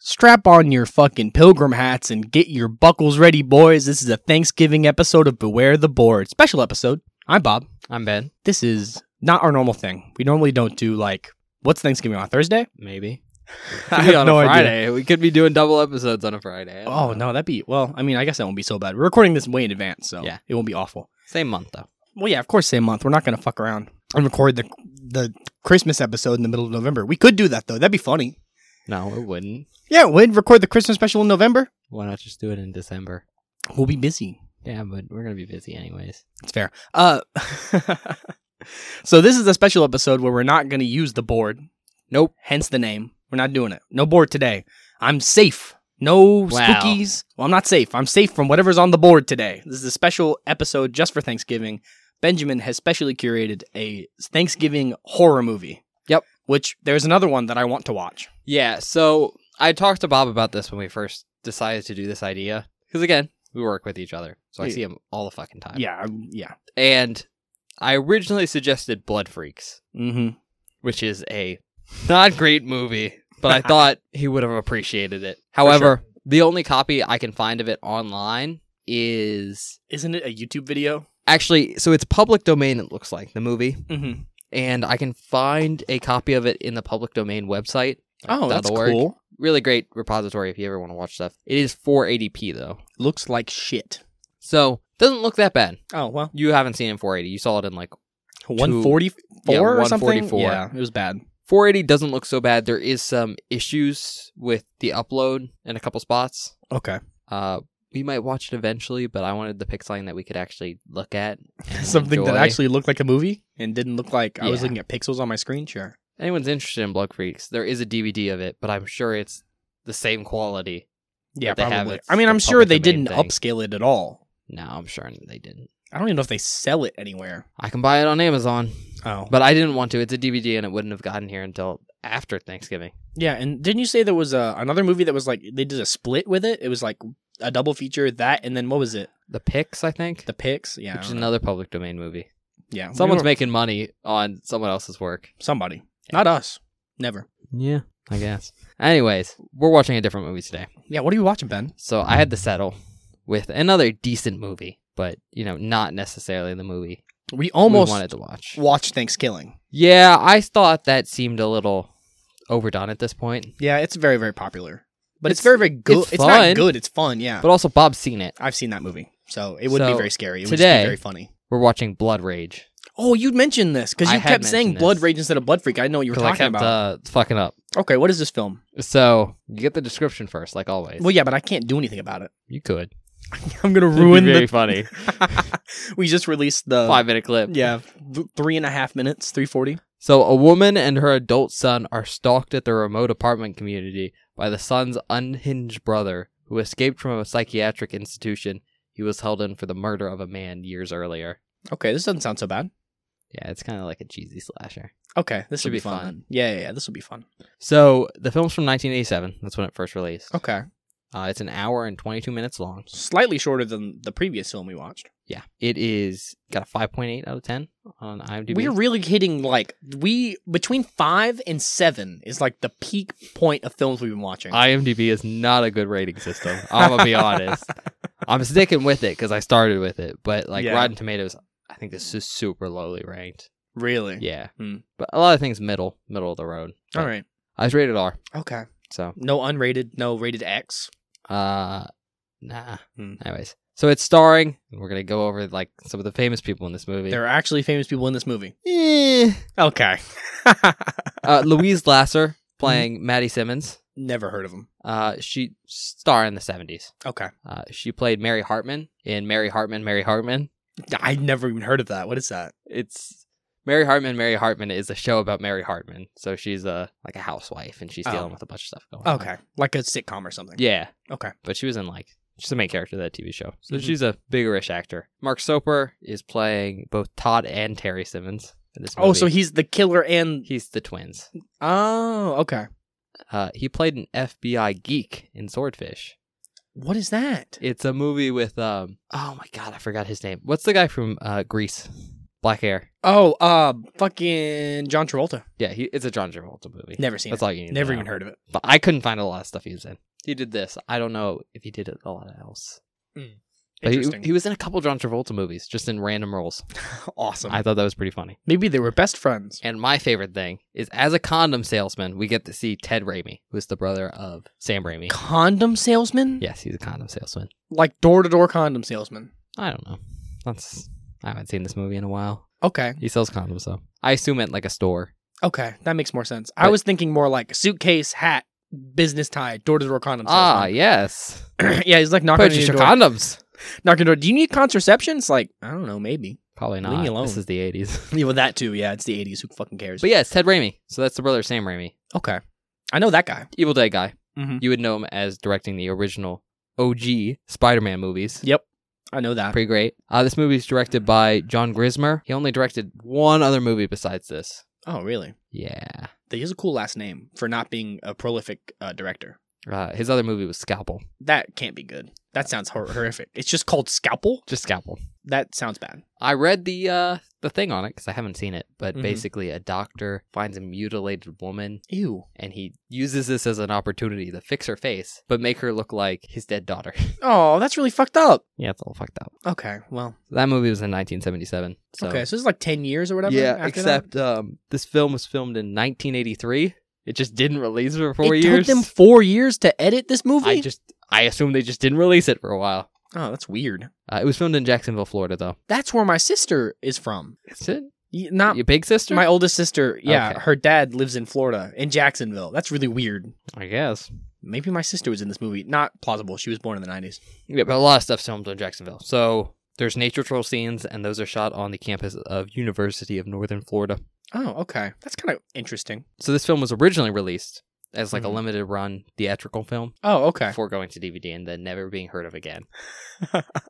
Strap on your fucking pilgrim hats and get your buckles ready, boys. This is a Thanksgiving episode of Beware the Board. Special episode. I'm Bob. I'm Ben. This is not our normal thing. We normally don't do like, what's Thanksgiving on Thursday? Maybe. I have on no a idea. Friday. We could be doing double episodes on a Friday. I don't Oh, know. no, that'd be, well, I mean, I guess that won't be so bad. We're recording this way in advance, so Yeah. it won't be awful. Same month though. Well, yeah, of course, same month. We're not going to fuck around and record the, the Christmas episode in the middle of November. We could do that, though. That'd be funny. No, it wouldn't. Yeah, we'd record the Christmas special in November. Why not just do it in December? We'll be busy. Yeah, but we're gonna be busy anyways. It's fair. Uh, so this is a special episode where we're not going to use the board. Nope. Hence the name. We're not doing it. No board today. I'm safe. No Wow. spookies. Well, I'm not safe. I'm safe from whatever's on the board today. This is a special episode just for Thanksgiving. Benjamin has specially curated a Thanksgiving horror movie. Yep. Which there's another one that I want to watch. Yeah. So I talked to Bob about this when we first decided to do this idea because again, we work with each other, so I Yeah. see him all the fucking time. Yeah. I'm- Yeah. And I originally suggested Blood Freaks, Mm-hmm. which is a not great movie, but I thought he would have appreciated it. However, the only copy I can find of it online is Isn't it a YouTube video? actually so it's public domain it looks like the movie Mm-hmm. and i can find a copy of it in the public domain website Oh, Dot that's org. cool. really great repository if you ever want to watch stuff it is 480p though Looks like shit. so doesn't look that bad Oh well. you haven't seen it in 480 you saw it in like 144 Yeah, or something. 144. Yeah, it was bad. 480 doesn't look so bad there is some issues with the upload in a couple spots Okay. uh we might watch it eventually but i wanted to pick something that we could actually look at and Something that enjoy. actually looked like a movie and didn't look like I was Yeah. looking at pixels on my screen. Sure. anyone's interested in blood freaks there is a dvd of it but i'm sure it's the same quality Yeah, they have probably. it's I mean, the I'm sure public they domain didn't thing. upscale it at all. No, I'm sure they didn't. I don't even know if they sell it anywhere. I can buy it on Amazon, Oh. But but I didn't want to. It's a DVD, and it wouldn't have gotten here until after Thanksgiving. yeah, and didn't you say there was a, another movie that was like they did a split with it? It was like a double feature that and then what was it? The Pix, I think, The Pix? Yeah. I which is don't know. another public domain movie. yeah. we Someone's were- making money on someone else's work. somebody. Not us. Never. Yeah, I guess. Anyways, we're watching a different movie today, Yeah, what are you watching, Ben? so I had to settle with another decent movie, but you know, not necessarily the movie We Almost. almost we wanted to watch. watched Thanksgiving. Yeah, I thought that seemed a little overdone at this point, Yeah, it's very, very popular. But it's, It's- very, very good. It's, it's not fun. good. It's fun. Yeah. but also Bob's seen it. I've seen that movie. So it wouldn't be So, very scary. It would just today- be very funny. We're watching Blood Rage. Oh, you mentioned this because I you had kept saying mentioned Blood this. Rage instead of Blood Freak. I know what you were Because I talking kept about. uh, fucking up. Okay, what is this film? So you get the description first, like always. Well, yeah, but I can't do anything about it. you could I'm gonna It'd be ruin the. very funny we just released the five minute clip. Yeah, th- three and a half minutes, three forty. So a woman and her adult son are stalked at their remote apartment community by the son's unhinged brother, who escaped from a psychiatric institution he was held in for the murder of a man years earlier. Okay, this doesn't sound so bad. Yeah, it's kind of like a cheesy slasher. Okay, this Should will be be fun. fun. then. Yeah, yeah, yeah, this will be fun. So the film's from 1987. That's when it first released. Okay, Uh, it's an hour and 22 minutes long. slightly shorter than the previous film we watched. Yeah, it is got a 5.8 out of 10 on IMDb. We're really hitting like we between five and seven is like the peak point of films we've been watching. IMDb is not a good rating system. I'm gonna be honest. I'm sticking with it because I started with it, but like Yeah. Rotten Tomatoes, I think this is super lowly ranked. really? Yeah, Hmm. but a lot of things middle, middle of the road. All right. I was rated R, Okay. so No unrated. No rated X. uh, nah. Hmm. Anyways, so it's starring. We're gonna go over like some of the famous people in this movie. There are actually famous people in this movie. Eh. Okay. uh, Louise Lasser playing Maddie Simmons. Never heard of them. Uh, she star in the '70s. Okay. Uh, she played Mary Hartman in Mary Hartman, Mary Hartman. I never even heard of that. What is that? it's Mary Hartman. Mary Hartman is a show about Mary Hartman. So she's a like a housewife, and she's Oh. dealing with a bunch of stuff going on. Okay. Like a sitcom or something. Yeah. Okay. But she was in like she's the main character of that TV show. So Mhm. she's a biggerish actor. Mark Soper is playing both Todd and Terry Simmons in this movie. Oh, so he's the killer and he's the twins. Oh, okay. Uh, he played an FBI geek in Swordfish. What is that? It's a movie with um. Oh my god, I forgot his name. What's the guy from uh, Greece? Black hair. Oh, uh, fucking John Travolta. Yeah, he, it's a John Travolta movie. Never seen That's it. all you need. to Never know. even heard of it. But I couldn't find a lot of stuff he was in. He did this. I don't know if he did it a lot else. But he, Interesting. he was in a couple John Travolta movies, just in random roles. awesome. I thought that was pretty funny. Maybe they were best friends. And my favorite thing is, as a condom salesman, we get to see Ted Raimi, who's the brother of Sam Raimi. Condom salesman? Yes, he's a condom salesman. Like door to door condom salesman. I don't know. That's I haven't seen this movie in a while. Okay. He sells condoms though. I assume at like a store. Okay. That makes more sense. I But- was thinking more like suitcase, hat, business tie, door to door condom Ah, salesman. yes. yeah, he's like knocking on Purchase your your door. condoms. Knocking on your door. Do you need contraception? It's like, I don't know, maybe. Probably Leave not. me alone. This is the eighties. Yeah, well, that too. Yeah, it's the 80s. Who fucking cares? but yeah, it's Ted Raimi. So that's the brother of Sam Raimi, okay. I know that guy. Evil Dead guy. Mhm. You would know him as directing the original OG Spider-Man movies. Yep. I know that. Pretty great. Uh, this movie is directed by John Grismer. He only directed one other movie besides this. oh, really? Yeah. He has a cool last name for not being a prolific uh, director. Uh, his other movie was Scalpel. That can't be good. That sounds hor- horrific. It's just called Scalpel? Just Scalpel. That sounds bad. I read the uh, the thing on it because I haven't seen it, but Mhm. basically a doctor finds a mutilated woman Ew. and he uses this as an opportunity to fix her face, but make her look like his dead daughter. Oh, that's really fucked up. yeah, it's all fucked up. Okay, well, That movie was in 1977. So. okay, so this is like 10 years or whatever? yeah, after except um, this film was filmed in 1983. It just didn't release for that? four it years. took them four years to edit this movie? I just I assume they just didn't release it for a while. oh, that's weird. Uh, it was filmed in Jacksonville, Florida, though. That's where my sister is from. Is it Y- Not your big sister? my oldest sister. Yeah, Okay. her dad lives in Florida, in Jacksonville. That's really weird. I guess. Maybe my sister was in this movie. Not plausible. She was born in the 90s. Yeah, but a lot of stuff's filmed in Jacksonville. So there's nature trail scenes, and those are shot on the campus of University of Northern Florida. Oh, okay. That's kind of interesting. So this film was originally released as like Mhm. a limited run theatrical film Oh, okay. before going to DVD and then never being heard of again.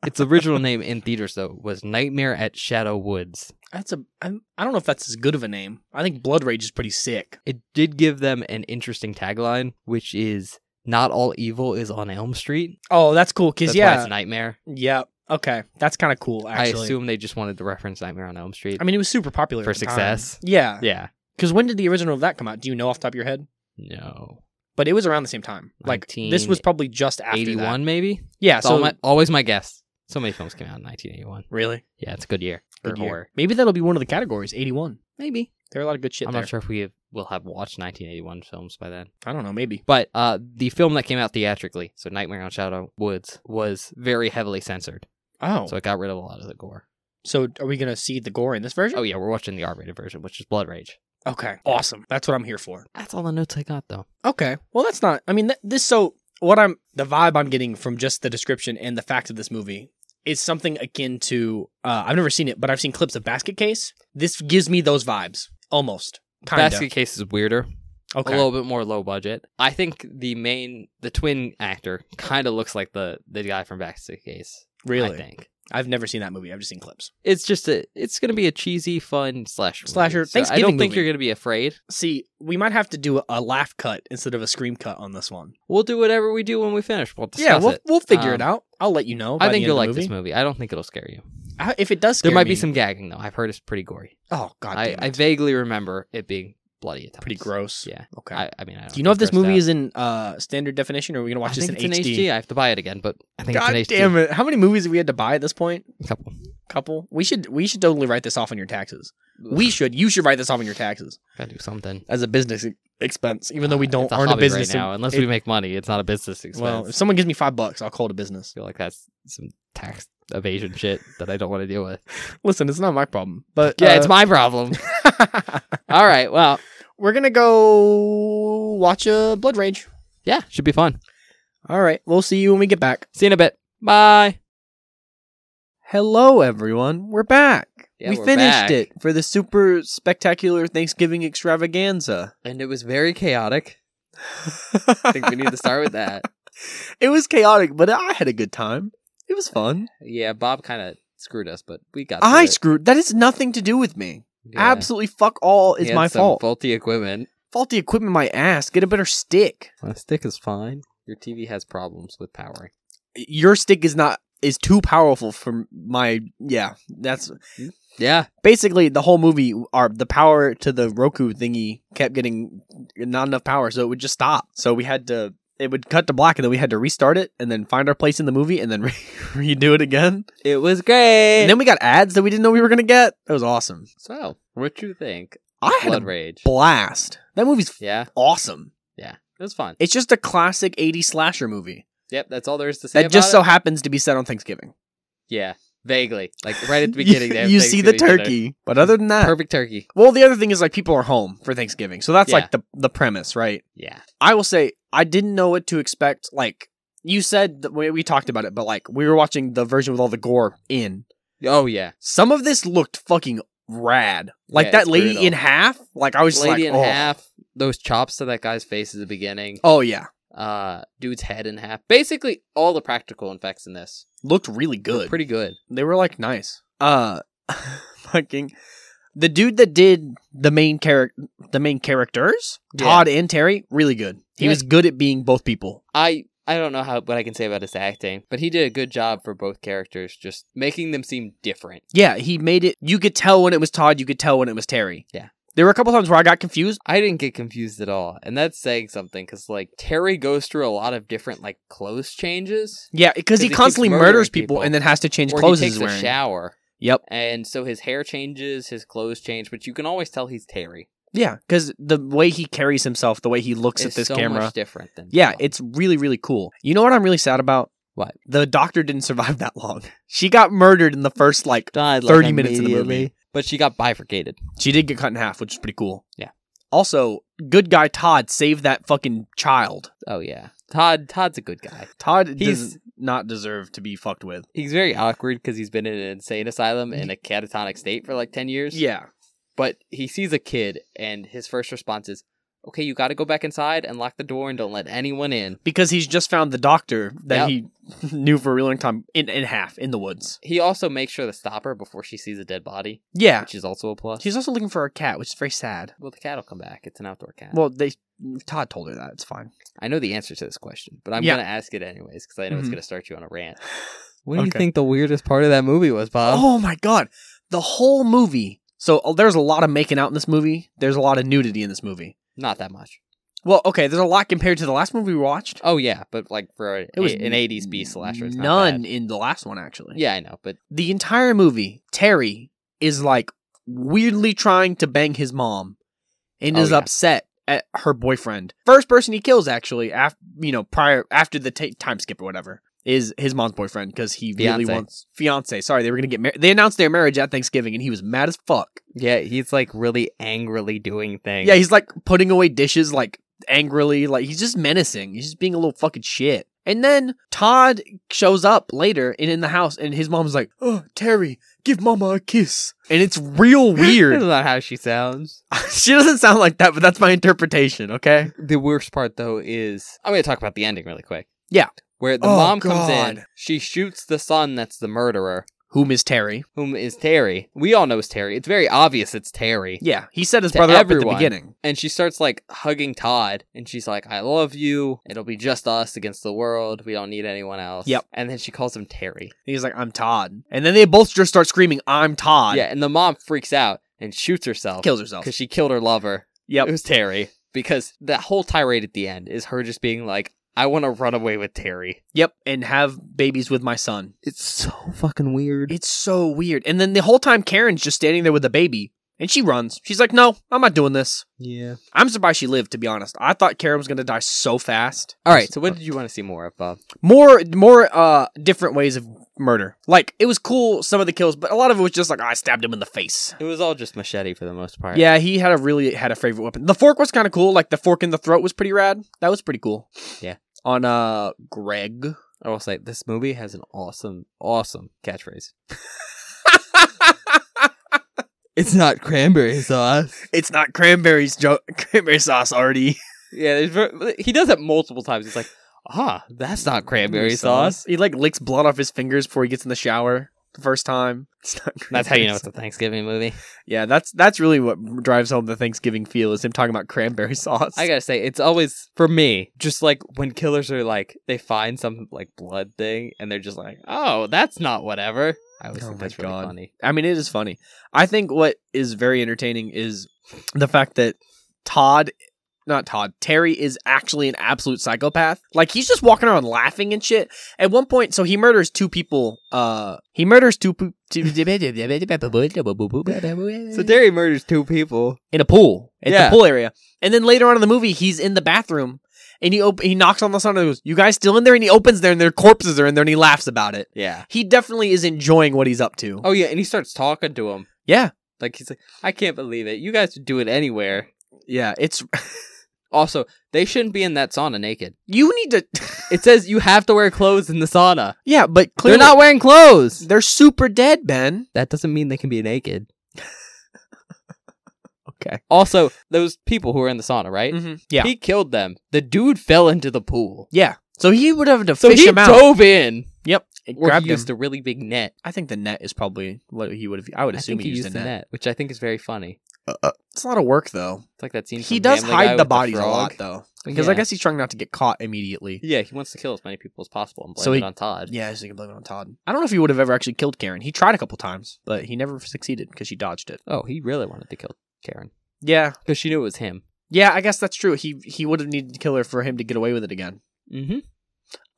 its original name in theaters though was Nightmare at Shadow Woods. That's a. I'm, I don't know if that's as good of a name. I think Blood Rage is pretty sick. It did give them an interesting tagline, which is "Not all evil is on Elm Street." Oh, that's cool. Cause That's yeah, why it's Nightmare. Yeah. Okay. That's kind of cool, actually. I I, assume they just wanted to reference Nightmare on Elm Street. mean, uh, it was super popular For at the time. success? Yeah. yeah, Because when did the original of that come out? Do you know off the top of your head? no, But it was around the same time. Like this was probably just after that. eighty-one maybe. Yeah. That's So always my guess. So many films came out in 1981. really, Yeah, it's a good year for Good year. horror. Maybe that'll be one of the categories. Eighty-one. Maybe. There are a lot of good shit I'm there. not sure if we have, will have watched 1981 films by then. I don't know. Maybe. But uh, the film that came out theatrically, so Nightmare on Shadow Woods, was very heavily censored. Oh. So So, it got rid of a lot of the gore. are we gonna see the gore in this version? Oh, yeah, we're watching the R rated version, which is Blood Rage. Okay. Awesome. That's what I'm here for. That's all the notes I got, though. Okay. Well, that's not. I mean, th- this. So, what I'm the vibe I'm getting from just the description and the facts of this movie is something akin to. Uh, I've never seen it, but I've seen clips of Basket Case. This gives me those vibes almost. Kinda. Basket Case is weirder, Okay. a little bit more low budget. I think the main, the twin actor, kind of looks like the, the guy from Basket Case. I really. think. I've never seen that movie. I've just seen clips. it's just a it's gonna be a cheesy fun slasher movie. Slasher So I Thanksgiving don't think movie. you're gonna be afraid. See, we might have to do a laugh cut instead of a scream cut on this one. We'll do whatever we do when we finish. We'll discuss yeah, we'll, it. we'll figure it Um, out. I'll let you know. by I the think end you'll of like the this movie. I don't think it'll scare you. I- if it does, scare there might me- be some gagging though. I've heard it's pretty gory. Oh god, I, damn I it. vaguely remember it being bloody at times. pretty gross. Yeah. Okay. I, I mean, I don't do you know if think this movie grossed is in uh, standard definition, or are we gonna out. watch I this think in it's in HD. I have to buy it again, but I think God it's in HD. damn it! How many movies have we had to buy at this point? A couple. Couple. We should we should totally write this off on your taxes. We should. You should write this off on your taxes gotta do something. as a business e- expense, even though we Uh, don't it's a aren't a hobby business. right now, unless it- we make money. It's not a business expense. well, if someone gives me five bucks, I'll call it a I business. feel like that's some tax evasion shit that I don't want to deal with. Listen, it's not my problem, but uh, Yeah, it's my problem. my. All right. Well, We're gonna go watch a Blood Rage. yeah, should be fun. All right, we'll see you when we get back. See you in a bit. Bye. Hello, everyone. We're back. we finished it for the super spectacular Thanksgiving extravaganza. And it was very chaotic. I think we need to start with that. It was chaotic, but I had a good time. It was fun. Yeah, Bob kind of screwed us, but we got I through it. screwed. That has nothing to do with me. Yeah. Absolutely fuck all He is had my some fault. Faulty equipment. Faulty equipment, my ass. Get a better stick. My stick is fine. Your TV has problems with powering. Your stick is not is too powerful for my yeah. That's Yeah. basically the whole movie. Are the power to the Roku thingy kept getting not enough power, so it would just stop. So we had to. It would cut to black, and then we had to restart it, and then find our place in the movie, and then re- redo it again. It was great. And then we got ads that we didn't know we were gonna get. That was awesome. so, what you think? I had Blood a Rage. blast. That movie's yeah. awesome. It was fun. It's just a classic 80s slasher movie Yep, that's all there is to say. that just so about it. happens to be set on Thanksgiving. Yeah. Vaguely. Like right at the You- beginning. they have you see the Thanksgiving dinner. turkey, but other than that, Perfect turkey. well, the other thing is like people are home for Thanksgiving, so that's Yeah. like the the premise, right? Yeah. I will say I didn't know what to expect. Like you said, that we, we talked about it, but like we were watching the version with all the gore in. Oh yeah. Some of this looked fucking rad, like Yeah, that it's lady brutal. in half. Like I was just Lady like, in oh, half. Those chops to that guy's face at the beginning. oh yeah, Uh dude's head in half. Basically all the practical effects in this. looked really were good. Pretty good. They were like nice. Uh fucking the dude that did the main character the main characters, Yeah. Todd and Terry, really good. He Yeah. was good at being both people. I I don't know how what I can say about his acting, but he did a good job for both characters, just making them seem different. Yeah, he made it you could tell when it was Todd, you could tell when it was Terry. Yeah. There were a couple times where I got confused. I didn't get confused at all, and that's saying something because like Terry goes through a lot of different like clothes changes, Yeah, because he, he keeps constantly murdering murders people, people. and then has to change or clothes he he's takes a wearing. shower, Yep. and so his hair changes, his clothes change, but you can always tell he's Terry. Yeah, because the way he carries himself, the way he looks It's at this so camera. much different than yeah, Bob. it's really, really cool. You know what I'm really sad about? What? The doctor didn't survive that long. She got murdered in the first like died 30 minutes in the immediately, movie. but she got bifurcated. She did get cut in half, which is pretty cool. Yeah. Also, good guy Todd saved that fucking child. Oh yeah, Todd Todd's a good guy. Todd He's- does not deserve to be fucked with. He's very awkward because he's been in an insane asylum in a catatonic state for like ten years. Yeah. But he sees a kid, and his first response is, "Okay, you got to go back inside and lock the door and don't let anyone in." Because he's just found the doctor that Yep. he knew for a really long time in, in half in the woods. He also makes sure to stop her before she sees a dead body, Yeah. which is also a plus. She's also looking for a cat, which is very sad. well, the cat will come back. It's an outdoor cat. Well, they Todd told her that. It's fine. I know the answer to this question, but I'm Yeah. going to ask it anyways because I know it's Mhm. going to start you on a rant. What do do you you Okay. think the weirdest part of that movie was, Bob? oh my god. The whole movie. So oh, there's a lot of making out in this movie. There's a lot of nudity in this movie. Not that much. Well, okay, there's a lot compared to the last movie we watched. Oh yeah, but like for a, It was an '80s B slasher, it's not None bad. in the last one actually. Yeah, I know, but the entire movie, Terry is like weirdly trying to bang his mom and Oh, is yeah. upset at her boyfriend. First person he kills actually after you know prior after the ta time skip or whatever is his mom's boyfriend because he really Fiance. wants fiance. Sorry, they were going to get married. They announced their marriage at Thanksgiving and he was mad as fuck. yeah, he's like really angrily doing things. Yeah, he's like putting away dishes like angrily, like he's just menacing. He's just being a little fucking shit. And then Todd shows up later and in the house and his mom's like, "Oh, Terry, give mama a kiss." And it's real That's weird. not how she sounds. she doesn't sound like that, but that's my interpretation, okay? The worst part though is I'm going to talk about the ending really quick. Yeah. Where the Oh, mom comes in, God. she shoots the son that's the murderer, Whom is Terry? whom is Terry. We all know it's Terry. It's very obvious it's Terry. Yeah, he set his To brother up at everyone. the beginning. And she starts like hugging Todd and she's like, I love you. It'll be just us against the world. We don't need anyone else. Yep. And then she calls him Terry. He's like, "I'm Todd." And then they both just start screaming, "I'm Todd." Yeah. And the mom freaks out and shoots herself Kills herself. because she killed her lover. Yep. It was Terry. Because that whole tirade at the end is her just being like, I want to run away with Terry. Yep, and have babies with my son. It's so fucking weird. It's so weird. And then the whole time Karen's just standing there with the baby and she runs. She's like, "No, I'm not doing this." Yeah. I'm surprised she lived to be honest. I thought Karen was going to die so fast. All right. So, what did you want to see more of, Bob? More more uh different ways of murder. Like it was cool some of the kills, but a lot of it was just like I stabbed him in the face. It was all just machete for the most part. Yeah, he had a really had a favorite weapon. The fork was kind of cool. Like the fork in the throat was pretty rad. That was pretty cool. Yeah. On uh Greg. I will say this movie has an awesome, awesome catchphrase. It's not cranberry sauce. it's not cranberries jo- cranberry sauce already. yeah. there's ver- He does it multiple times. He's like, ah, that's not cranberry sauce. He like licks blood off his fingers before he gets in the shower. the first time. It's not great. That's how you know it's a Thanksgiving movie. Yeah, that's that's really what drives home the Thanksgiving feel is him talking about cranberry sauce. I gotta say, it's always for me, just like when killers are like they find some like blood thing and they're just like, Oh, that's not whatever. I always Oh think my that's really God. funny. I mean, it is funny. I think what is very entertaining is the fact that Todd, not Todd, Terry is actually an absolute psychopath. Like he's just walking around laughing and shit. At one point, so he murders two people. Uh, he murders two. Po- two So Derry murders two people. in a pool at Yeah. the pool area, and then later on in the movie, he's in the bathroom. And he op- he knocks on the sun and goes, "You guys still in there?" And he opens there, and their corpses are in there, and he laughs about it. Yeah. He definitely is enjoying what he's up to. Oh yeah, and he starts talking to him. Yeah, Like he's like, I can't believe it. You guys do it anywhere. yeah. It's Also, they shouldn't be in that sauna naked. you need to. It says you have to wear clothes in the sauna. Yeah, but clearly They're not wearing clothes. They're super dead, Ben. That doesn't mean they can be naked. Okay. Also, those people who were in the sauna, right? Mm-hmm. Yeah, He killed them. The dude fell into the pool. yeah. So he would have to So fish he him out. dove in. yep, and Or grabbed he him. used a really big net. I think the net is probably what he would have. I would I assume think he used the net. which I think is very funny. It's a lot of work, though. It's like that scene. He from does Family Guy hide the with bodies a frog. lot, though, because I Yeah. guess he's trying not to get caught immediately. Yeah, he wants to kill as many people as possible and blame So it he- on Todd. Yeah, so you can blame it on Todd. I don't know if he would have ever actually killed Karen. He tried a couple times, but he never succeeded because she dodged it. Oh, he really wanted to kill Karen Yeah, because she knew it was him. yeah. I guess that's true. He he would have needed to kill her for him to get away with it again. Mm-hmm.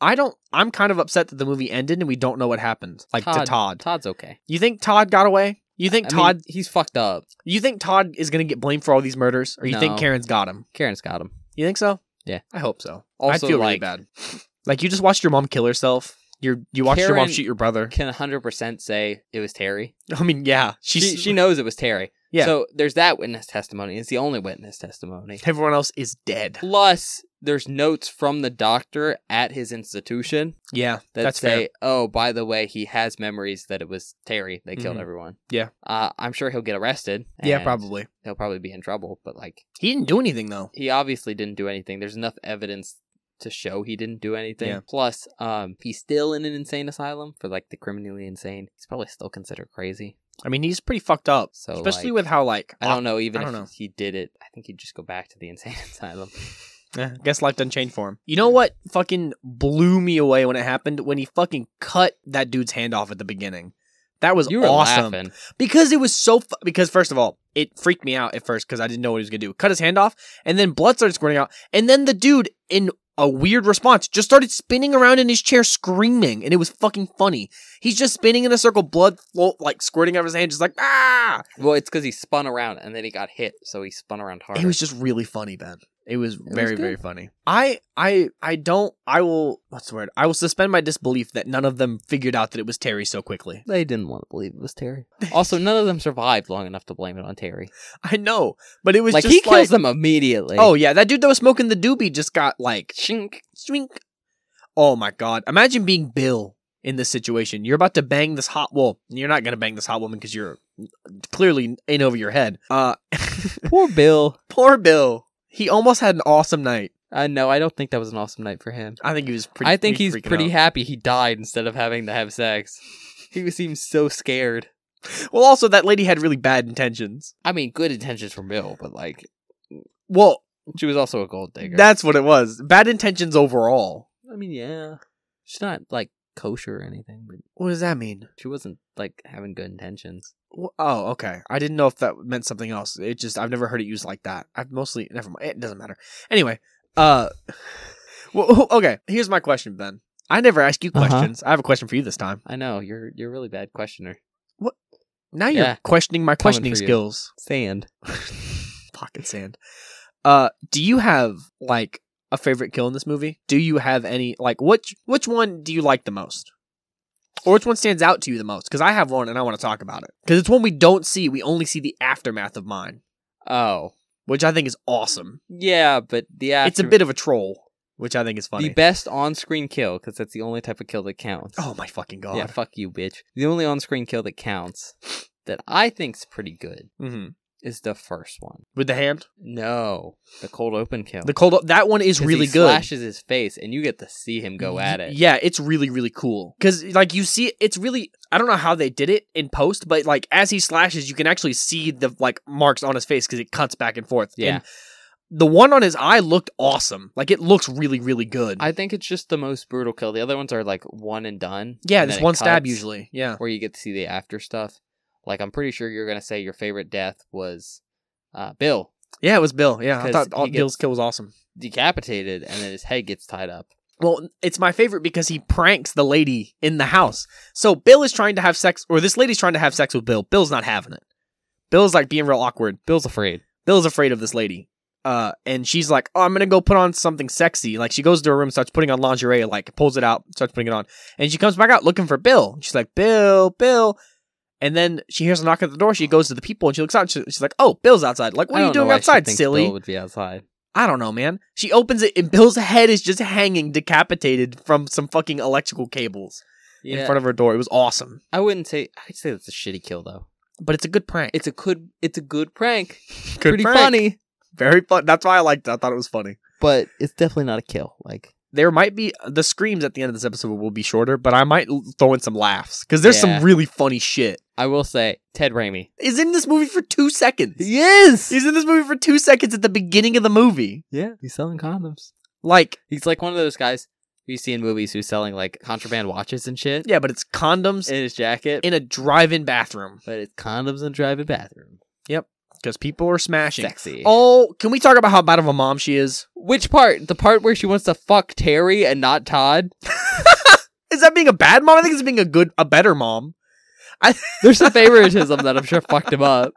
I don't. I'm kind of upset that the movie ended and we don't know what happened, like to Todd. Todd. Todd's okay. You think Todd got away? You think I Todd? mean, he's fucked up. you think Todd is gonna get blamed for all these murders, or you think No. Karen's got him? Karen's got him. You think so? Yeah. I hope so. I'd Also, feel really like, bad. Like you just watched your mom kill herself. You you watched your mom Karen- shoot your brother. can 100% say it was Terry. I mean, yeah, She, she's, she knows it was Terry. Yeah. So there's that witness testimony. It's the only witness testimony. everyone else is dead. Plus, there's notes from the doctor at his institution Yeah, that That's say, oh, by the way, he has memories that it was Terry that killed Mhm. everyone. Yeah. Uh, I'm sure he'll get arrested. yeah, and probably. He'll probably be in trouble, but like, He didn't do anything though. he obviously didn't do anything. There's enough evidence to show he didn't do anything. Yeah. Plus, um, he's still in an insane asylum for like the criminally insane. He's probably still considered crazy. I mean, he's pretty fucked up, So especially like, with how like I don't know. Even I if don't know. he did it, I think he'd just go back to the insane asylum. Eh, guess life doesn't change for him. You know what fucking blew me away when it happened? When he fucking cut that dudede's hand off at the beginning. That was You were awesome. laughing. because it was so fu- because first of all it freaked me out at first because i didn't know what he was going to do cut his hand off and then blood started squirting out and then the dude in a weird response just started spinning around in his chair screaming and it was fucking funny he's just spinning in a circle blood flow, like squirting out of his hand just like ah Well, it's because he spun around and then he got hit, so he spun around harder. it was just really funny ben it was was very good. very funny i i i don't i will what's the word i will suspend my disbelief that none of them figured out that it was terry so quickly they didn't want to believe it was Terry. also, none of them survived long enough to blame it on Terry. i know but it was Like just he kills like, them immediately. oh yeah that dude that was smoking the doobie just got like shink! Swink. Oh my god. Imagine being Bill in this situation. You're about to bang this hot well, you're not gonna bang this hot woman because you're clearly in over your head. Uh Poor Bill. poor Bill. He almost had an awesome night. Uh, no, I don't think that was an awesome night for him. I think he was pretty I think he's freaking pretty out. happy he died instead of having to have sex. He was- seems so scared. Well also that lady had really bad intentions. I mean, good intentions from Bill, but like Well, she was also a gold digger. that's what it was. Bad intentions overall. I mean, yeah, she's not like kosher or anything, but What does that mean? she wasn't like having good intentions. Wh- Oh, okay. I didn't know if that meant something else. It just I've never heard it used like that. I've mostly never mind. It doesn't matter. Anyway, uh, well, okay. Here's my question, Ben. I never ask you Uh-huh. questions. I have a question for you this time. I know you're you're a really bad questioner. Now you're Yeah. questioning my Coming questioning for you. skills. Sand. Pocket sand. Uh, do you have like a favorite kill in this movie? Do you have any like which which one do you like the most? Or which one stands out to you the most? Because I have one and I want to talk about it. Because it's one we don't see. We only see the aftermath of mine. Oh which I think is awesome. yeah, but the after- It's a bit of a troll, which I think is funny. the best on-screen kill because that's the only type of kill that counts. oh my fucking god! yeah, fuck you, bitch. The only on-screen kill that counts that I think's pretty good hmm is the first one. with the hand. No, the cold open kill. The cold that one is 'Cause really he good. Slashes his face, and you get to see him go Y- at it. Yeah, it's really really cool because like you see, it's really I don't know how they did it in post, but like as he slashes, you can actually see the like marks on his face because it cuts back and forth. Yeah. And the one on his eye looked awesome. Like it looks really really good. I think it's just the most brutal kill. The other ones are like one and done. yeah, and this then it one stab cuts, usually. Yeah. where you get to see the after stuff. Like I'm pretty sure you're gonna say your favorite death was uh, Bill Yeah, it was Bill. Yeah, I 'Cause thought he all, gets- Bill's kill was awesome. decapitated, and then his head gets tied up. Well, it's my favorite because he pranks the lady in the house. So Bill is trying to have sex, or this lady's trying to have sex with Bill. Bill's not having it. Bill's like being real awkward. Bill's afraid. Bill's afraid of this lady. Uh, and she's like, "Oh, I'm gonna go put on something sexy." Like she goes to her room, starts putting on lingerie, like pulls it out, starts putting it on, and she comes back out looking for Bill. She's like, "Bill, Bill," and then she hears a knock at the door. She goes to the people and she looks out. And she- she's like, "Oh, Bill's outside." Like, what I are you don't know doing why she outside, thinks silly? Bill would be outside. I don't know, man. She opens it, and Bill's head is just hanging, decapitated from some fucking electrical cables in front of her door. It was awesome, I wouldn't say. I'd say that's a shitty kill though. but it's a good prank. It's a good. It's a good prank. It's Pretty funny, very fun. That's why I liked it. I thought it was funny. but it's definitely not a kill. Like there might be the screams at the end of this episode will be shorter, but I might l- throw in some laughs because there's Yeah. some really funny shit. I will say, Ted Raimi. Is in this movie for two seconds. Yes. He's in this movie for two seconds at the beginning of the movie. Yeah, he's selling condoms. Like, He's like one of those guys who you see in movies who's selling like contraband watches and shit yeah, but it's condoms in his jacket. in a drive-in bathroom but it's condoms in a drive-in bathroom. because people are smashing. Sexy. Oh, can we talk about how bad of a mom she is? Which part? The part where she wants to fuck Terry and not Todd? Is that being a bad mom? I think it's being a good, a better mom. There's some favoritism that I'm sure fucked him up.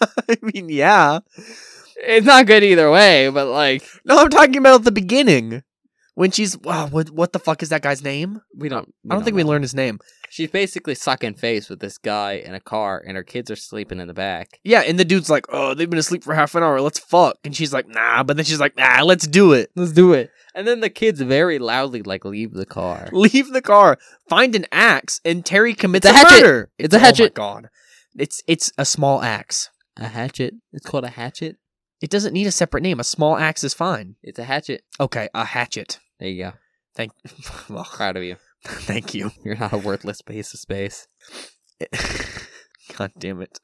I mean, yeah. It's not good either way, but like No, I'm talking about at the beginning when she's wow. What, what the fuck is that guy's name? we don't. We I don't think we know. learned his name. She's basically sucking face with this guy in a car, and her kids are sleeping in the back. Yeah, and the dude's like, "Oh, they've been asleep for half an hour. Let's fuck." And she's like, "Nah," but then she's like, "Nah, let's do it. Let's do it. And then the kids very loudly like leave the car. Leave the car, find an axe, and Terry commits It's a a, hatchet. murder. It's a hatchet. Oh my god, it's it's a small axe. A hatchet. It's called a hatchet. It doesn't need a separate name. A small axe is fine. It's a hatchet. Okay, a hatchet. There you go. Thank, well, Proud of you. thank you. You're not a worthless piece of space. God damn it.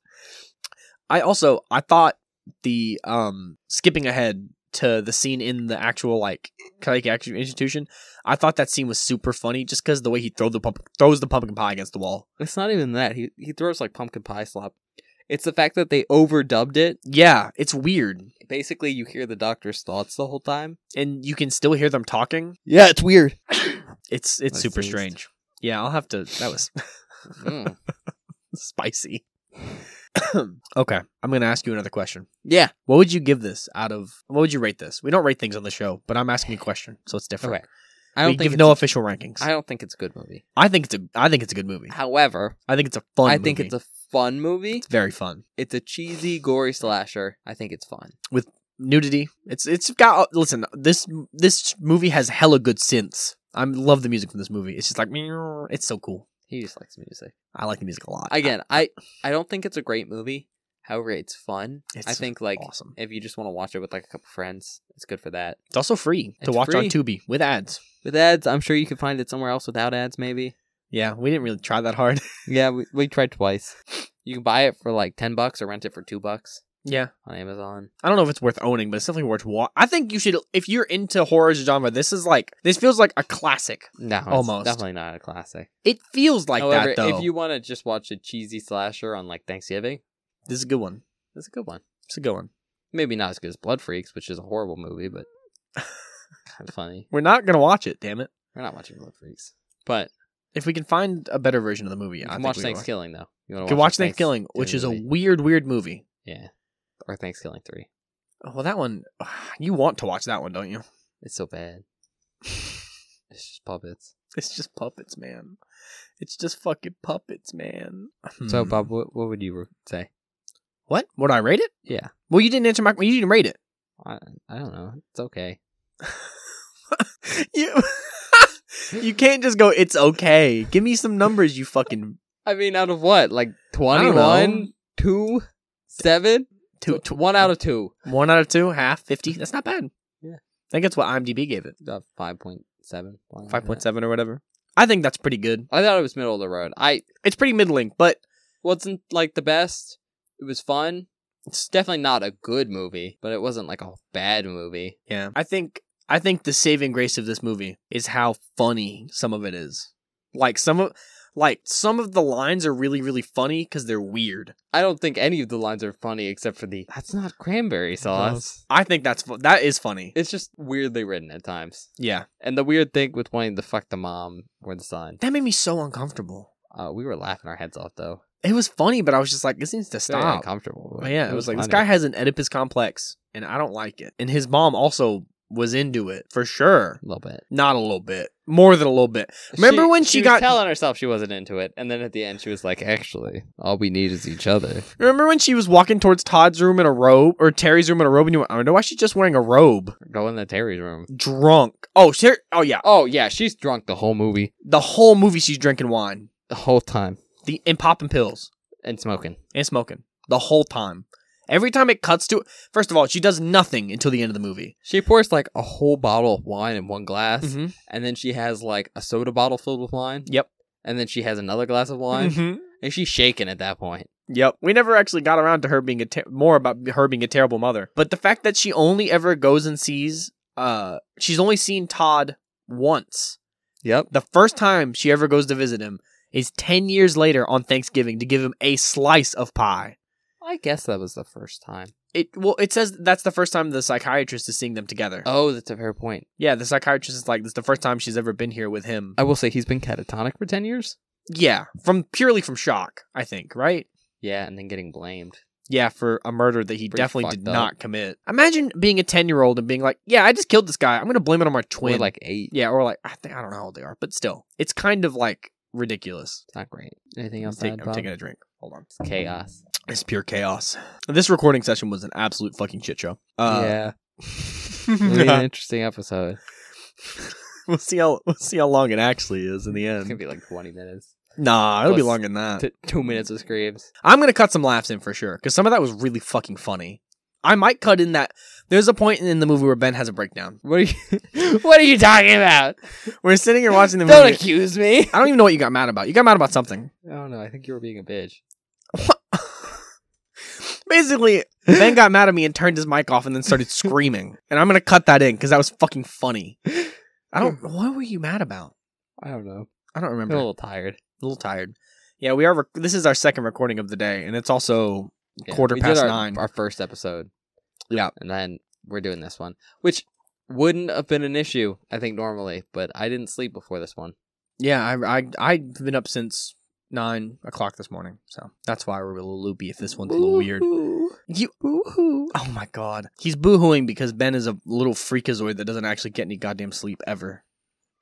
I also I thought the um skipping ahead to the scene in the actual like Kaike actual institution, I thought that scene was super funny just because the way he throw the pump- throws the pumpkin pie against the wall. It's not even that. He he throws like pumpkin pie slop. It's the fact that they overdubbed it. Yeah, it's weird, Basically, you hear the doctor's thoughts the whole time. and you can still hear them talking. Yeah, it's weird. It's it's I super sneezed. strange. Yeah, I'll have to. That was Hmm. spicy. okay, I'm gonna ask you another question. Yeah. What would you give this out of? What would you rate this? We don't rate things on the show, but I'm asking a question, so it's different. Okay. I we don't think give it's no a- official rankings. I don't think it's a good movie. I think it's a I think it's a good movie. However, I think it's a fun. I think it's a fun movie. very fun. It's a cheesy, gory slasher. I think it's fun. Nudity. It's it's got uh, listen. This this movie has hella good synths. I love the music from this movie. It's just like meow. it's so cool. He just likes music. I like the music a lot. Again, I I don't think it's a great movie. However, it's fun. It's I think like awesome. if you just want to watch it with like a couple friends, it's good for that. It's also free to It's watch on free. Tubi with ads. With ads, I'm sure you can find it somewhere else without ads, maybe. Yeah, we didn't really try that hard. Yeah, we, we tried twice. You can buy it for like ten bucks or rent it for two bucks yeah, on Amazon. I don't know if it's worth owning, but it's definitely worth watching. I think you should if you're into horror as a genre. This is like this feels like a classic. No, it's Almost. definitely not a classic. It feels like However, that though. if you want to just watch a cheesy slasher on like Thanksgiving, this is a good one. that's a good one. It's a good one. Maybe not as good as Blood Freaks, which is a horrible movie, but kind of funny. We're not gonna watch it. Damn it. We're not watching Blood Freaks, but If we can find a better version of the movie, you I can think watch we will. Thanksgiving though. You want You can watch Thanksgiving, which is a weird, weird movie. yeah, or Thanksgiving three. Oh, Well, that one, you want to watch that one, don't you? It's so bad. It's just puppets. It's just puppets, man. It's just fucking puppets, man. So, Hmm. Bob, what, what would you say? what would I rate it? Yeah. Well, you didn't answer my. You didn't rate it. I, I don't know. It's okay. You, you can't just go. It's okay. Give me some numbers, you fucking. I mean, out of what? Like I don't know. 21? 2? Seven? Two, two, One out of two. one out of two, half fifty. That's not bad. Yeah. I think that's what IMDb gave it, Uh, 5.7. Why not? five point seven or whatever. I think that's pretty good. I thought it was middle of the road. I It's pretty middling, but wasn't like the best. It was fun. It's definitely not a good movie, but it wasn't like a bad movie. yeah, I think I think the saving grace of this movie is how funny some of it is. Like some of like some of the lines are really really funny because they're weird. I don't think any of the lines are funny except for the that's not cranberry sauce. I think that's fu- that is funny. It's just weirdly written at times. yeah, And the weird thing with wanting to fuck the mom or the son. that made me so uncomfortable. Uh, we were laughing our heads off though. It was funny, but I was just like, this needs to Very stop. uncomfortable. But yeah, it, was, like this funny. guy has an Oedipus complex, and I don't like it. And his mom also was into it for sure. a little bit. Not a little bit, more than a little bit. Remember when she was got- telling herself she wasn't into it, and then at the end she was like, "Actually, all we need is each other." Remember when she was walking towards Todd's room in a robe or Terry's room in a robe, and you went, "I wonder why she's just wearing a robe." Go in the Terry's room. Drunk. Oh, Ter- oh yeah. Oh yeah, she's drunk the whole movie, The whole movie, she's drinking wine, the whole time, the and popping pills and smoking. and smoking the whole time. Every time it cuts to, first of all, she does nothing until the end of the movie. She pours like a whole bottle of wine in one glass, and then she has like a soda bottle filled with wine. Mm-hmm. Yep. And then she has another glass of wine, Mhm. and she's shaking at that point. Yep. We never actually got around to her being a ter- more about her being a terrible mother. But the fact that she only ever goes and sees uh she's only seen Todd once. Yep. The first time she ever goes to visit him is 10 years later on Thanksgiving to give him a slice of pie. I guess that was the first time. It well it says that's the first time the psychiatrist is seeing them together. Oh, that's a fair point. Yeah, the psychiatrist is like this is the first time she's ever been here with him. I will say he's been catatonic for ten years. yeah, from purely from shock, I think, right? Yeah, and then getting blamed. Yeah, for a murder that he Pretty definitely fucked did up. not commit. Imagine being a 10 year old and being like, yeah, I just killed this guy. I'm going to blame it on my twin. We're like eight. yeah, or like, I, think, I don't know how old they are, but still, it's kind of like ridiculous. It's not great. Anything I'm, else? to take- add, I'm Bob? taking a drink. Hold on. It's chaos. It's pure chaos. This recording session was an absolute fucking shit show. Uh, yeah, really an yeah. interesting episode. we'll see how we'll see how long it actually is in the It's gonna end. be like twenty minutes. Nah, it'll be Plus- longer than that. T- two minutes of screams. I'm gonna cut some laughs in for sure because some of that was really fucking funny. I might cut in that. There's a point in the movie where Ben has a breakdown. What are you? what are you talking about? We're sitting here watching the movie. Don't accuse me. I don't even know what you got mad about. You got mad about something. I don't know. I think you were being a bitch. Basically, Ben got mad at me and turned his mic off and then started screaming. And I'm gonna cut that in because that was fucking funny. I don't. What were you mad about? I don't know. I don't I'm remember. a A little tired. little tired. Yeah, we are. Rec- this is our second recording of the day, and it's also Yeah, Quarter we did past our- nine. Our first episode. Yeah. and then we're doing this one, which wouldn't have been an issue, I think, normally. But I didn't sleep before this one. yeah. I I I've been up since nine o'clock this morning, so that's why we're a little loopy. If this one's a little weird, you. Woohoo. Oh my god, he's boohooing because Ben is a little freakazoid that doesn't actually get any goddamn sleep ever.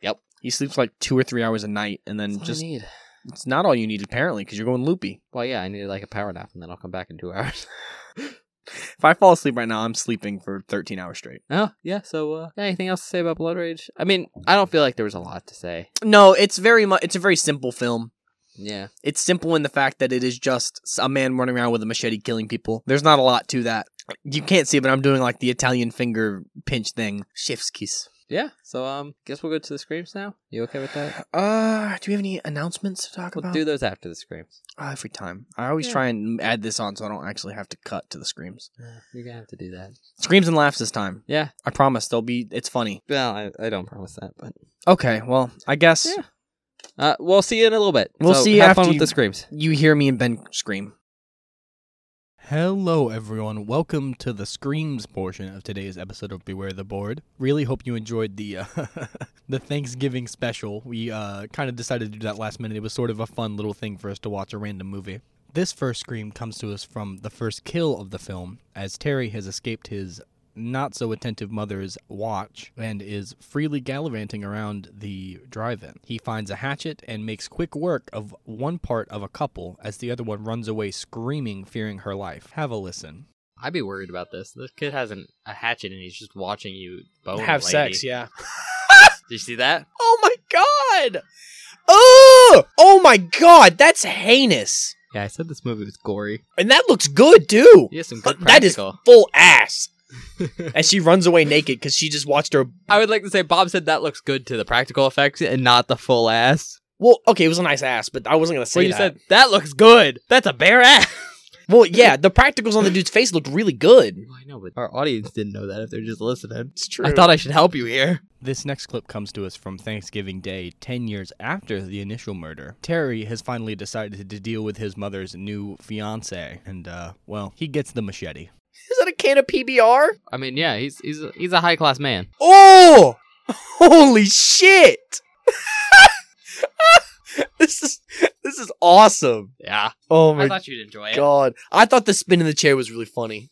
Yep. He sleeps like two or three hours a night, and then That's all I just need. it's not all you need apparently because you're going loopy. Well, yeah, I needed like a power nap, and then I'll come back in two hours. If I fall asleep right now, I'm sleeping for 13 hours straight. Oh, yeah. So, uh, anything else to say about Blood Rage? I mean, I don't feel like there was a lot to say. No, it's very much. It's a very simple film. Yeah. It's simple in the fact that it is just a man running around with a machete killing people. There's not a lot to that. You can't see, it, but I'm doing like the Italian finger pinch thing. Chef's kiss. Yeah. So, um, guess we'll go to the screams now. You okay with that? Uh, do we have any announcements to talk We'll about? do those after the screams. Uh, every time. I always Yeah. try and add this on so I don't actually have to cut to the screams. You're gonna have to do that. Screams and laughs this time. Yeah. I promise they'll be. It's funny. Well, I, I don't promise that, but Okay. Well, I guess Yeah. uh, we'll see you in a little bit. We'll So see you have after fun with you- the screams. you hear me and Ben scream. Hello, everyone. Welcome to the screams portion of today's episode of Beware the Board. Really hope you enjoyed the uh, the Thanksgiving special. We uh, kind of decided to do that last minute. It was sort of a fun little thing for us to watch a random movie. This first scream comes to us from the first kill of the film, as Terry has escaped his not so attentive mother's watch and is freely gallivanting around the drive in. He finds a hatchet and makes quick work of one part of a couple as the other one runs away screaming, fearing her life. Have a listen. I'd be worried about this. This kid has an, a hatchet and he's just watching you Oh, bone yeah. Did you see that? Oh my god! Oh! Oh my god! That's heinous. Yeah, I said this movie was gory. And that looks good too. Yeah, some Uh, good that is practical. full ass. and she runs away naked because she just watched her. I would like to say Bob said that looks good to the practical effects and not the full ass. Well, okay, it was a nice ass, but I wasn't gonna say Well, you that. said that looks good. That's a bare ass. well, yeah, the practicals on the dude's face looked really good. I know, but our audience didn't know that if they're just listening. It's true. I thought I should help you here. This next clip comes to us from Thanksgiving Day, 10 years after the initial murder. Terry has finally decided to deal with his mother's new fiance, and, uh, well, he gets the machete. is that a can of PBR? I mean, yeah, he's he's a, he's a high class man. Oh, holy shit! this is this is awesome. Yeah, Oh I my thought you'd enjoy it. god! I thought the spin in the chair was really funny.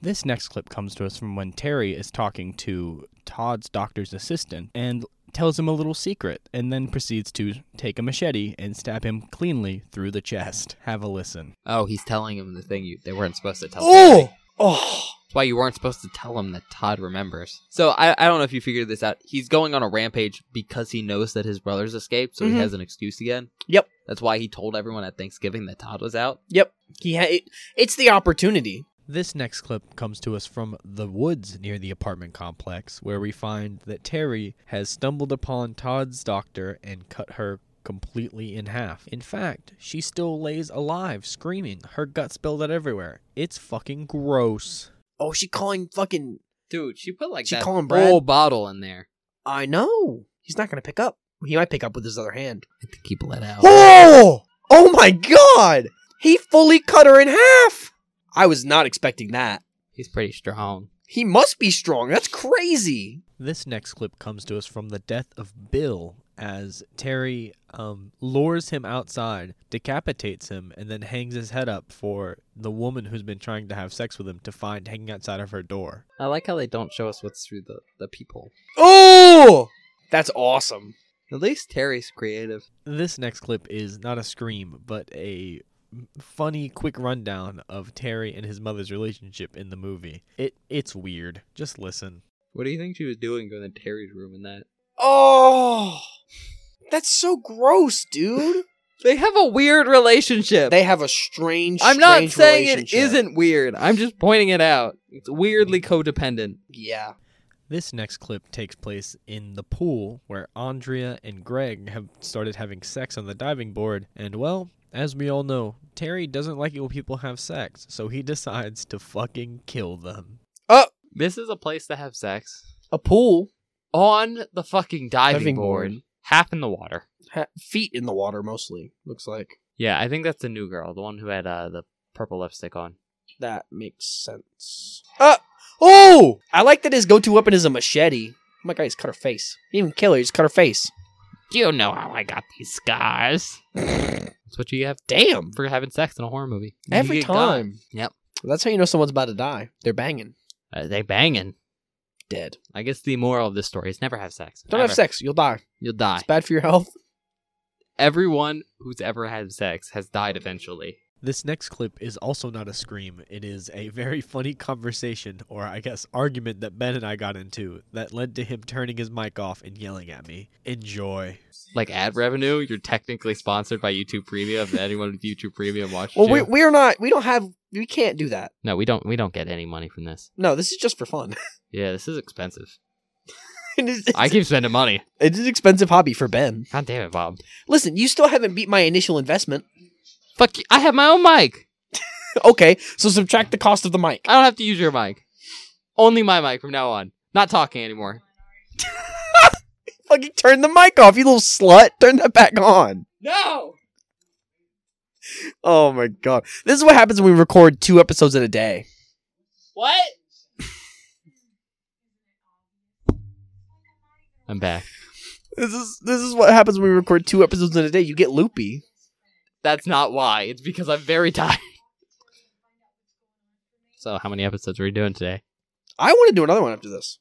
This next clip comes to us from when Terry is talking to Todd's doctor's assistant and tells him a little secret, and then proceeds to take a machete and stab him cleanly through the chest. Have a listen. Oh, he's telling him the thing you they weren't supposed to tell. Terry. Oh, oh, That's why you weren't supposed to tell him that Todd remembers. So I, I don't know if you figured this out. He's going on a rampage because he knows that his brother's escaped, so Mhm. he has an excuse again. Yep. That's why he told everyone at Thanksgiving that Todd was out. yep. He ha- it, it's the opportunity. This next clip comes to us from the woods near the apartment complex, where we find that Terry has stumbled upon Todd's doctor and cut her completely in half. In fact, she still lays alive, screaming, her guts spilled out everywhere. It's fucking gross. Oh, she calling fucking. Dude, she put like She that calling Brad? whole bottle in there. I know he's not gonna pick up. He might pick up with his other hand. I think he bled out. Oh, oh my god! He fully cut her in half. I was not expecting that. He's pretty strong. He must be strong. That's crazy. This next clip comes to us from the death of Bill as Terry um, lures him outside, decapitates him, and then hangs his head up for the woman who's been trying to have sex with him to find hanging outside of her door. I like how they don't show us what's through the, the people. Oh, that's awesome. At least Terry's creative. This next clip is not a scream, but a funny quick rundown of Terry and his mother's relationship in the movie. It it's weird. Just listen. What do you think she was doing going to Terry's room in that? Oh, that's so gross, dude. They have a weird relationship. they have a strange. I'm not strange saying it relationship. isn't weird. I'm just pointing it out. It's weirdly codependent. Yeah. This next clip takes place in the pool where Andrea and Greg have started having sex on the diving board, and well, as we all know, Terry doesn't like it when people have sex, so he decides to fucking kill them. This is a place to have sex A pool, on the fucking diving, Diving board, board. half in the water. ha- feet in the water mostly. Looks like Yeah, I think that's the new girl, the one who had uh, the purple lipstick on. that makes sense. Uh, oh, I like that his go-to weapon is a machete. Oh my god, he's cut her face. He didn't even kill her. He just cut her face. You know how I got these scars. that's what you have Damn. for having sex in a horror movie. You Every get got. time. Yep. That's how you know someone's about to die. They're banging. Uh, they banging. Dead. I guess the moral of this story is never have sex. Don't have Ever. sex. You'll die. You'll die. It's bad for your health. Everyone who's ever had sex has died eventually. This next clip is also not a scream. It is a very funny conversation, or I guess argument, that Ben and I got into that led to him turning his mic off and yelling at me. Enjoy. like ad revenue, you're technically sponsored by YouTube Premium. If anyone with YouTube Premium watches Well, you, we, we are not. We don't have. We can't do that. no, we don't. We don't get any money from this. No, this is just for fun. Yeah, this is expensive. it is, it's, I keep spending money. it's an expensive hobby for Ben. God damn it, Bob. Listen, you still haven't beat my initial investment. Fuck you. I have my own mic. Okay, so subtract the cost of the mic. I don't have to use your mic. Only my mic from now on. Not talking anymore. Fucking turn the mic off, you little slut. Turn that back on. No. Oh my god, this is what happens when we record two episodes in a day. What? I'm back. This is this is what happens when we record two episodes in a day. You get loopy. That's not why. It's because I'm very tired. So, how many episodes are we doing today? I want to do another one after this.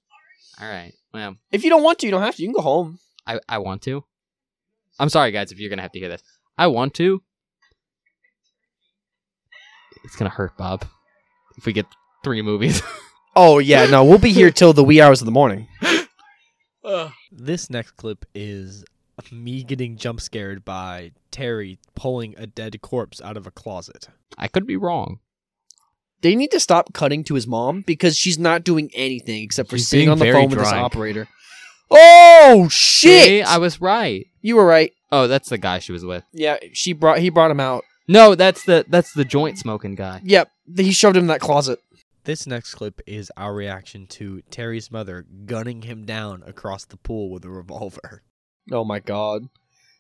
All right. Well, If you don't want to, you don't have to. You can go home. I, I want to. I'm sorry, guys, if you're gonna have to hear this. I want to. It's gonna hurt, Bob. If we get three movies. Oh yeah, no, we'll be here till the wee hours of the morning. Ugh. This next clip is of me getting jump scared by Terry pulling a dead corpse out of a closet. I could be wrong. They need to stop cutting to his mom because she's not doing anything except for She's sitting being on the very phone with this dry. operator. Oh shit! See, I was right. you were right. Oh, that's the guy she was with. Yeah, she brought he brought him out. No, that's the that's the joint smoking guy. Yep, he shoved him in that closet. This next clip is our reaction to Terry's mother gunning him down across the pool with a revolver. Oh my god.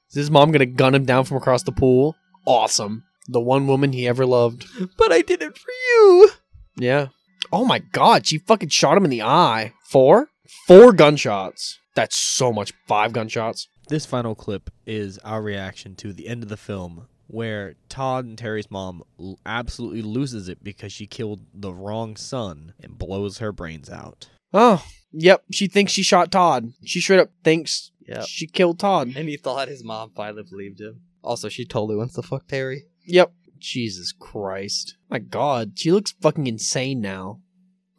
Is his mom gonna gun him down from across the pool? Awesome. The one woman he ever loved. But I did it for you. Yeah. Oh my god, she fucking shot him in the eye. Four? Four gunshots. That's so much. Five gunshots. This final clip is our reaction to the end of the film where Todd and Terry's mom l- absolutely loses it because she killed the wrong son and blows her brains out. Oh. Yep, she thinks she shot Todd. She straight up thinks Yep. she killed Todd. And he thought his mom finally believed him. Also, she totally wants to fuck Terry. Yep. Jesus Christ. My god, she looks fucking insane now.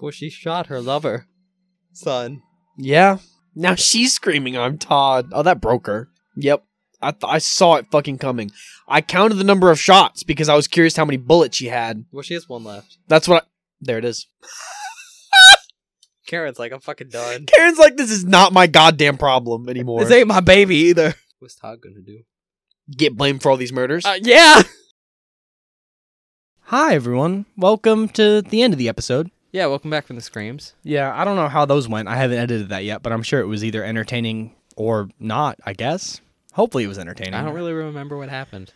Well, she shot her lover, son. Yeah. Now she's screaming, I'm Todd. Oh, that broke her. Yep. I, th- I saw it fucking coming. I counted the number of shots because I was curious how many bullets she had. Well, she has one left. That's what I. There it is. Karen's like, I'm fucking done. Karen's like, this is not my goddamn problem anymore. ain't my baby either. What's Todd gonna do? Get blamed for all these murders. Uh, yeah. Hi, everyone. Welcome to the end of the episode. Yeah. Welcome back from the screams. Yeah, I don't know how those went. I haven't edited that yet, but I'm sure it was either entertaining or not, I guess. Hopefully, it was entertaining. I don't really remember what happened.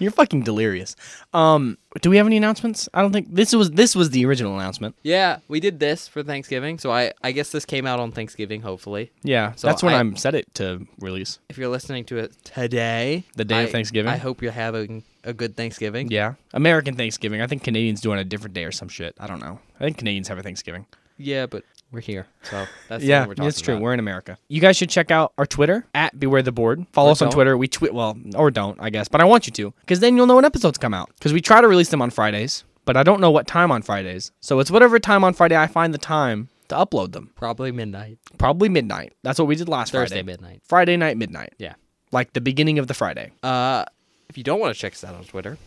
You're fucking delirious. Um, do we have any announcements? I don't think this was this was the original announcement. Yeah, we did this for Thanksgiving, so I I guess this came out on Thanksgiving. Hopefully, Yeah, So that's when I- I am set it to release if you're listening to it today, the day I- of Thanksgiving. I hope you're having a good Thanksgiving. Yeah, American Thanksgiving. I think Canadians do it on a different day or some shit. I don't know. I think Canadians have a Thanksgiving. Yeah, but we're here, so that's yeah, what we're talking that's true. about. We're in America. You guys should check out our Twitter at Beware the Board. Follow Or us on don't. Twitter. We tweet well or don't, I guess, but I want you to because then you'll know when episodes come out. Because we try to release them on Fridays, but I don't know what time on Fridays. So it's whatever time on Friday I find the time to upload them. Probably midnight, Probably midnight. That's what we did last Thursday Friday. midnight. Friday night midnight. Yeah. Like the beginning of the Friday. Uh, if you don't want to check us out on Twitter,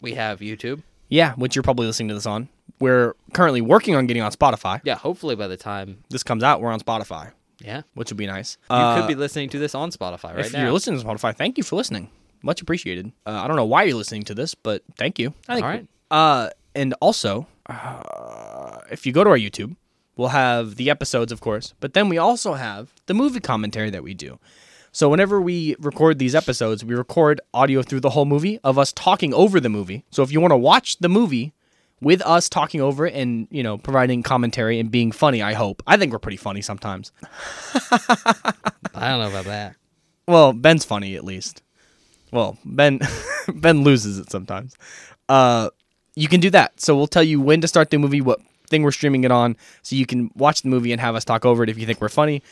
we have YouTube. Yeah, which you're probably listening to this on. We're currently working on getting on Spotify. Yeah, hopefully by the time, This comes out, we're on Spotify, yeah, you which would be nice. Uh, could be listening to this on Spotify right if now. you're listening to Spotify, thank you for listening. Much appreciated. Uh, I don't know why you're listening to this, but thank you. I think All right. Uh, and also, uh, if you go to our YouTube, we'll have the episodes, of course, but then we also have the movie commentary that we do. So whenever we record these episodes, we record audio through the whole movie of us talking over the movie. So if you want to watch the movie with us talking over it and you know providing commentary and being funny, I hope. I think we're pretty funny sometimes. I don't know about that. Well, Ben's funny at least. Well, Ben Ben loses it sometimes. Uh, you can do that. So we'll tell you when to start the movie, what thing we're streaming it on, so you can watch the movie and have us talk over it if you think we're funny.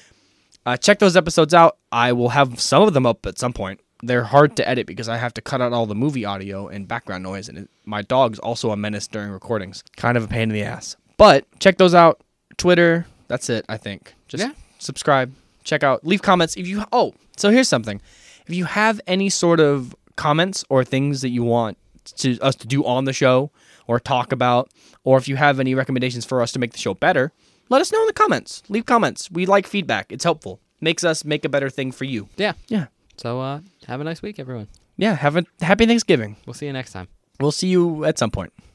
Uh, check those episodes out. I will have some of them up at some point. They're hard to edit because I have to cut out all the movie audio and background noise, and it, my dog's also a menace during recordings. Kind of a pain in the ass. But check those out. Twitter. That's it. I think. Just Yeah. subscribe. Check out. Leave comments if you. Oh, so here's something. If you have any sort of comments or things that you want to us to do on the show or talk about, or if you have any recommendations for us to make the show better, let us know in the comments. Leave comments. We like feedback. It's helpful. Makes us make a better thing for you. Yeah. Yeah. So uh, have a nice week, everyone. Yeah. Have a happy Thanksgiving. We'll see you next time. We'll see you at some point.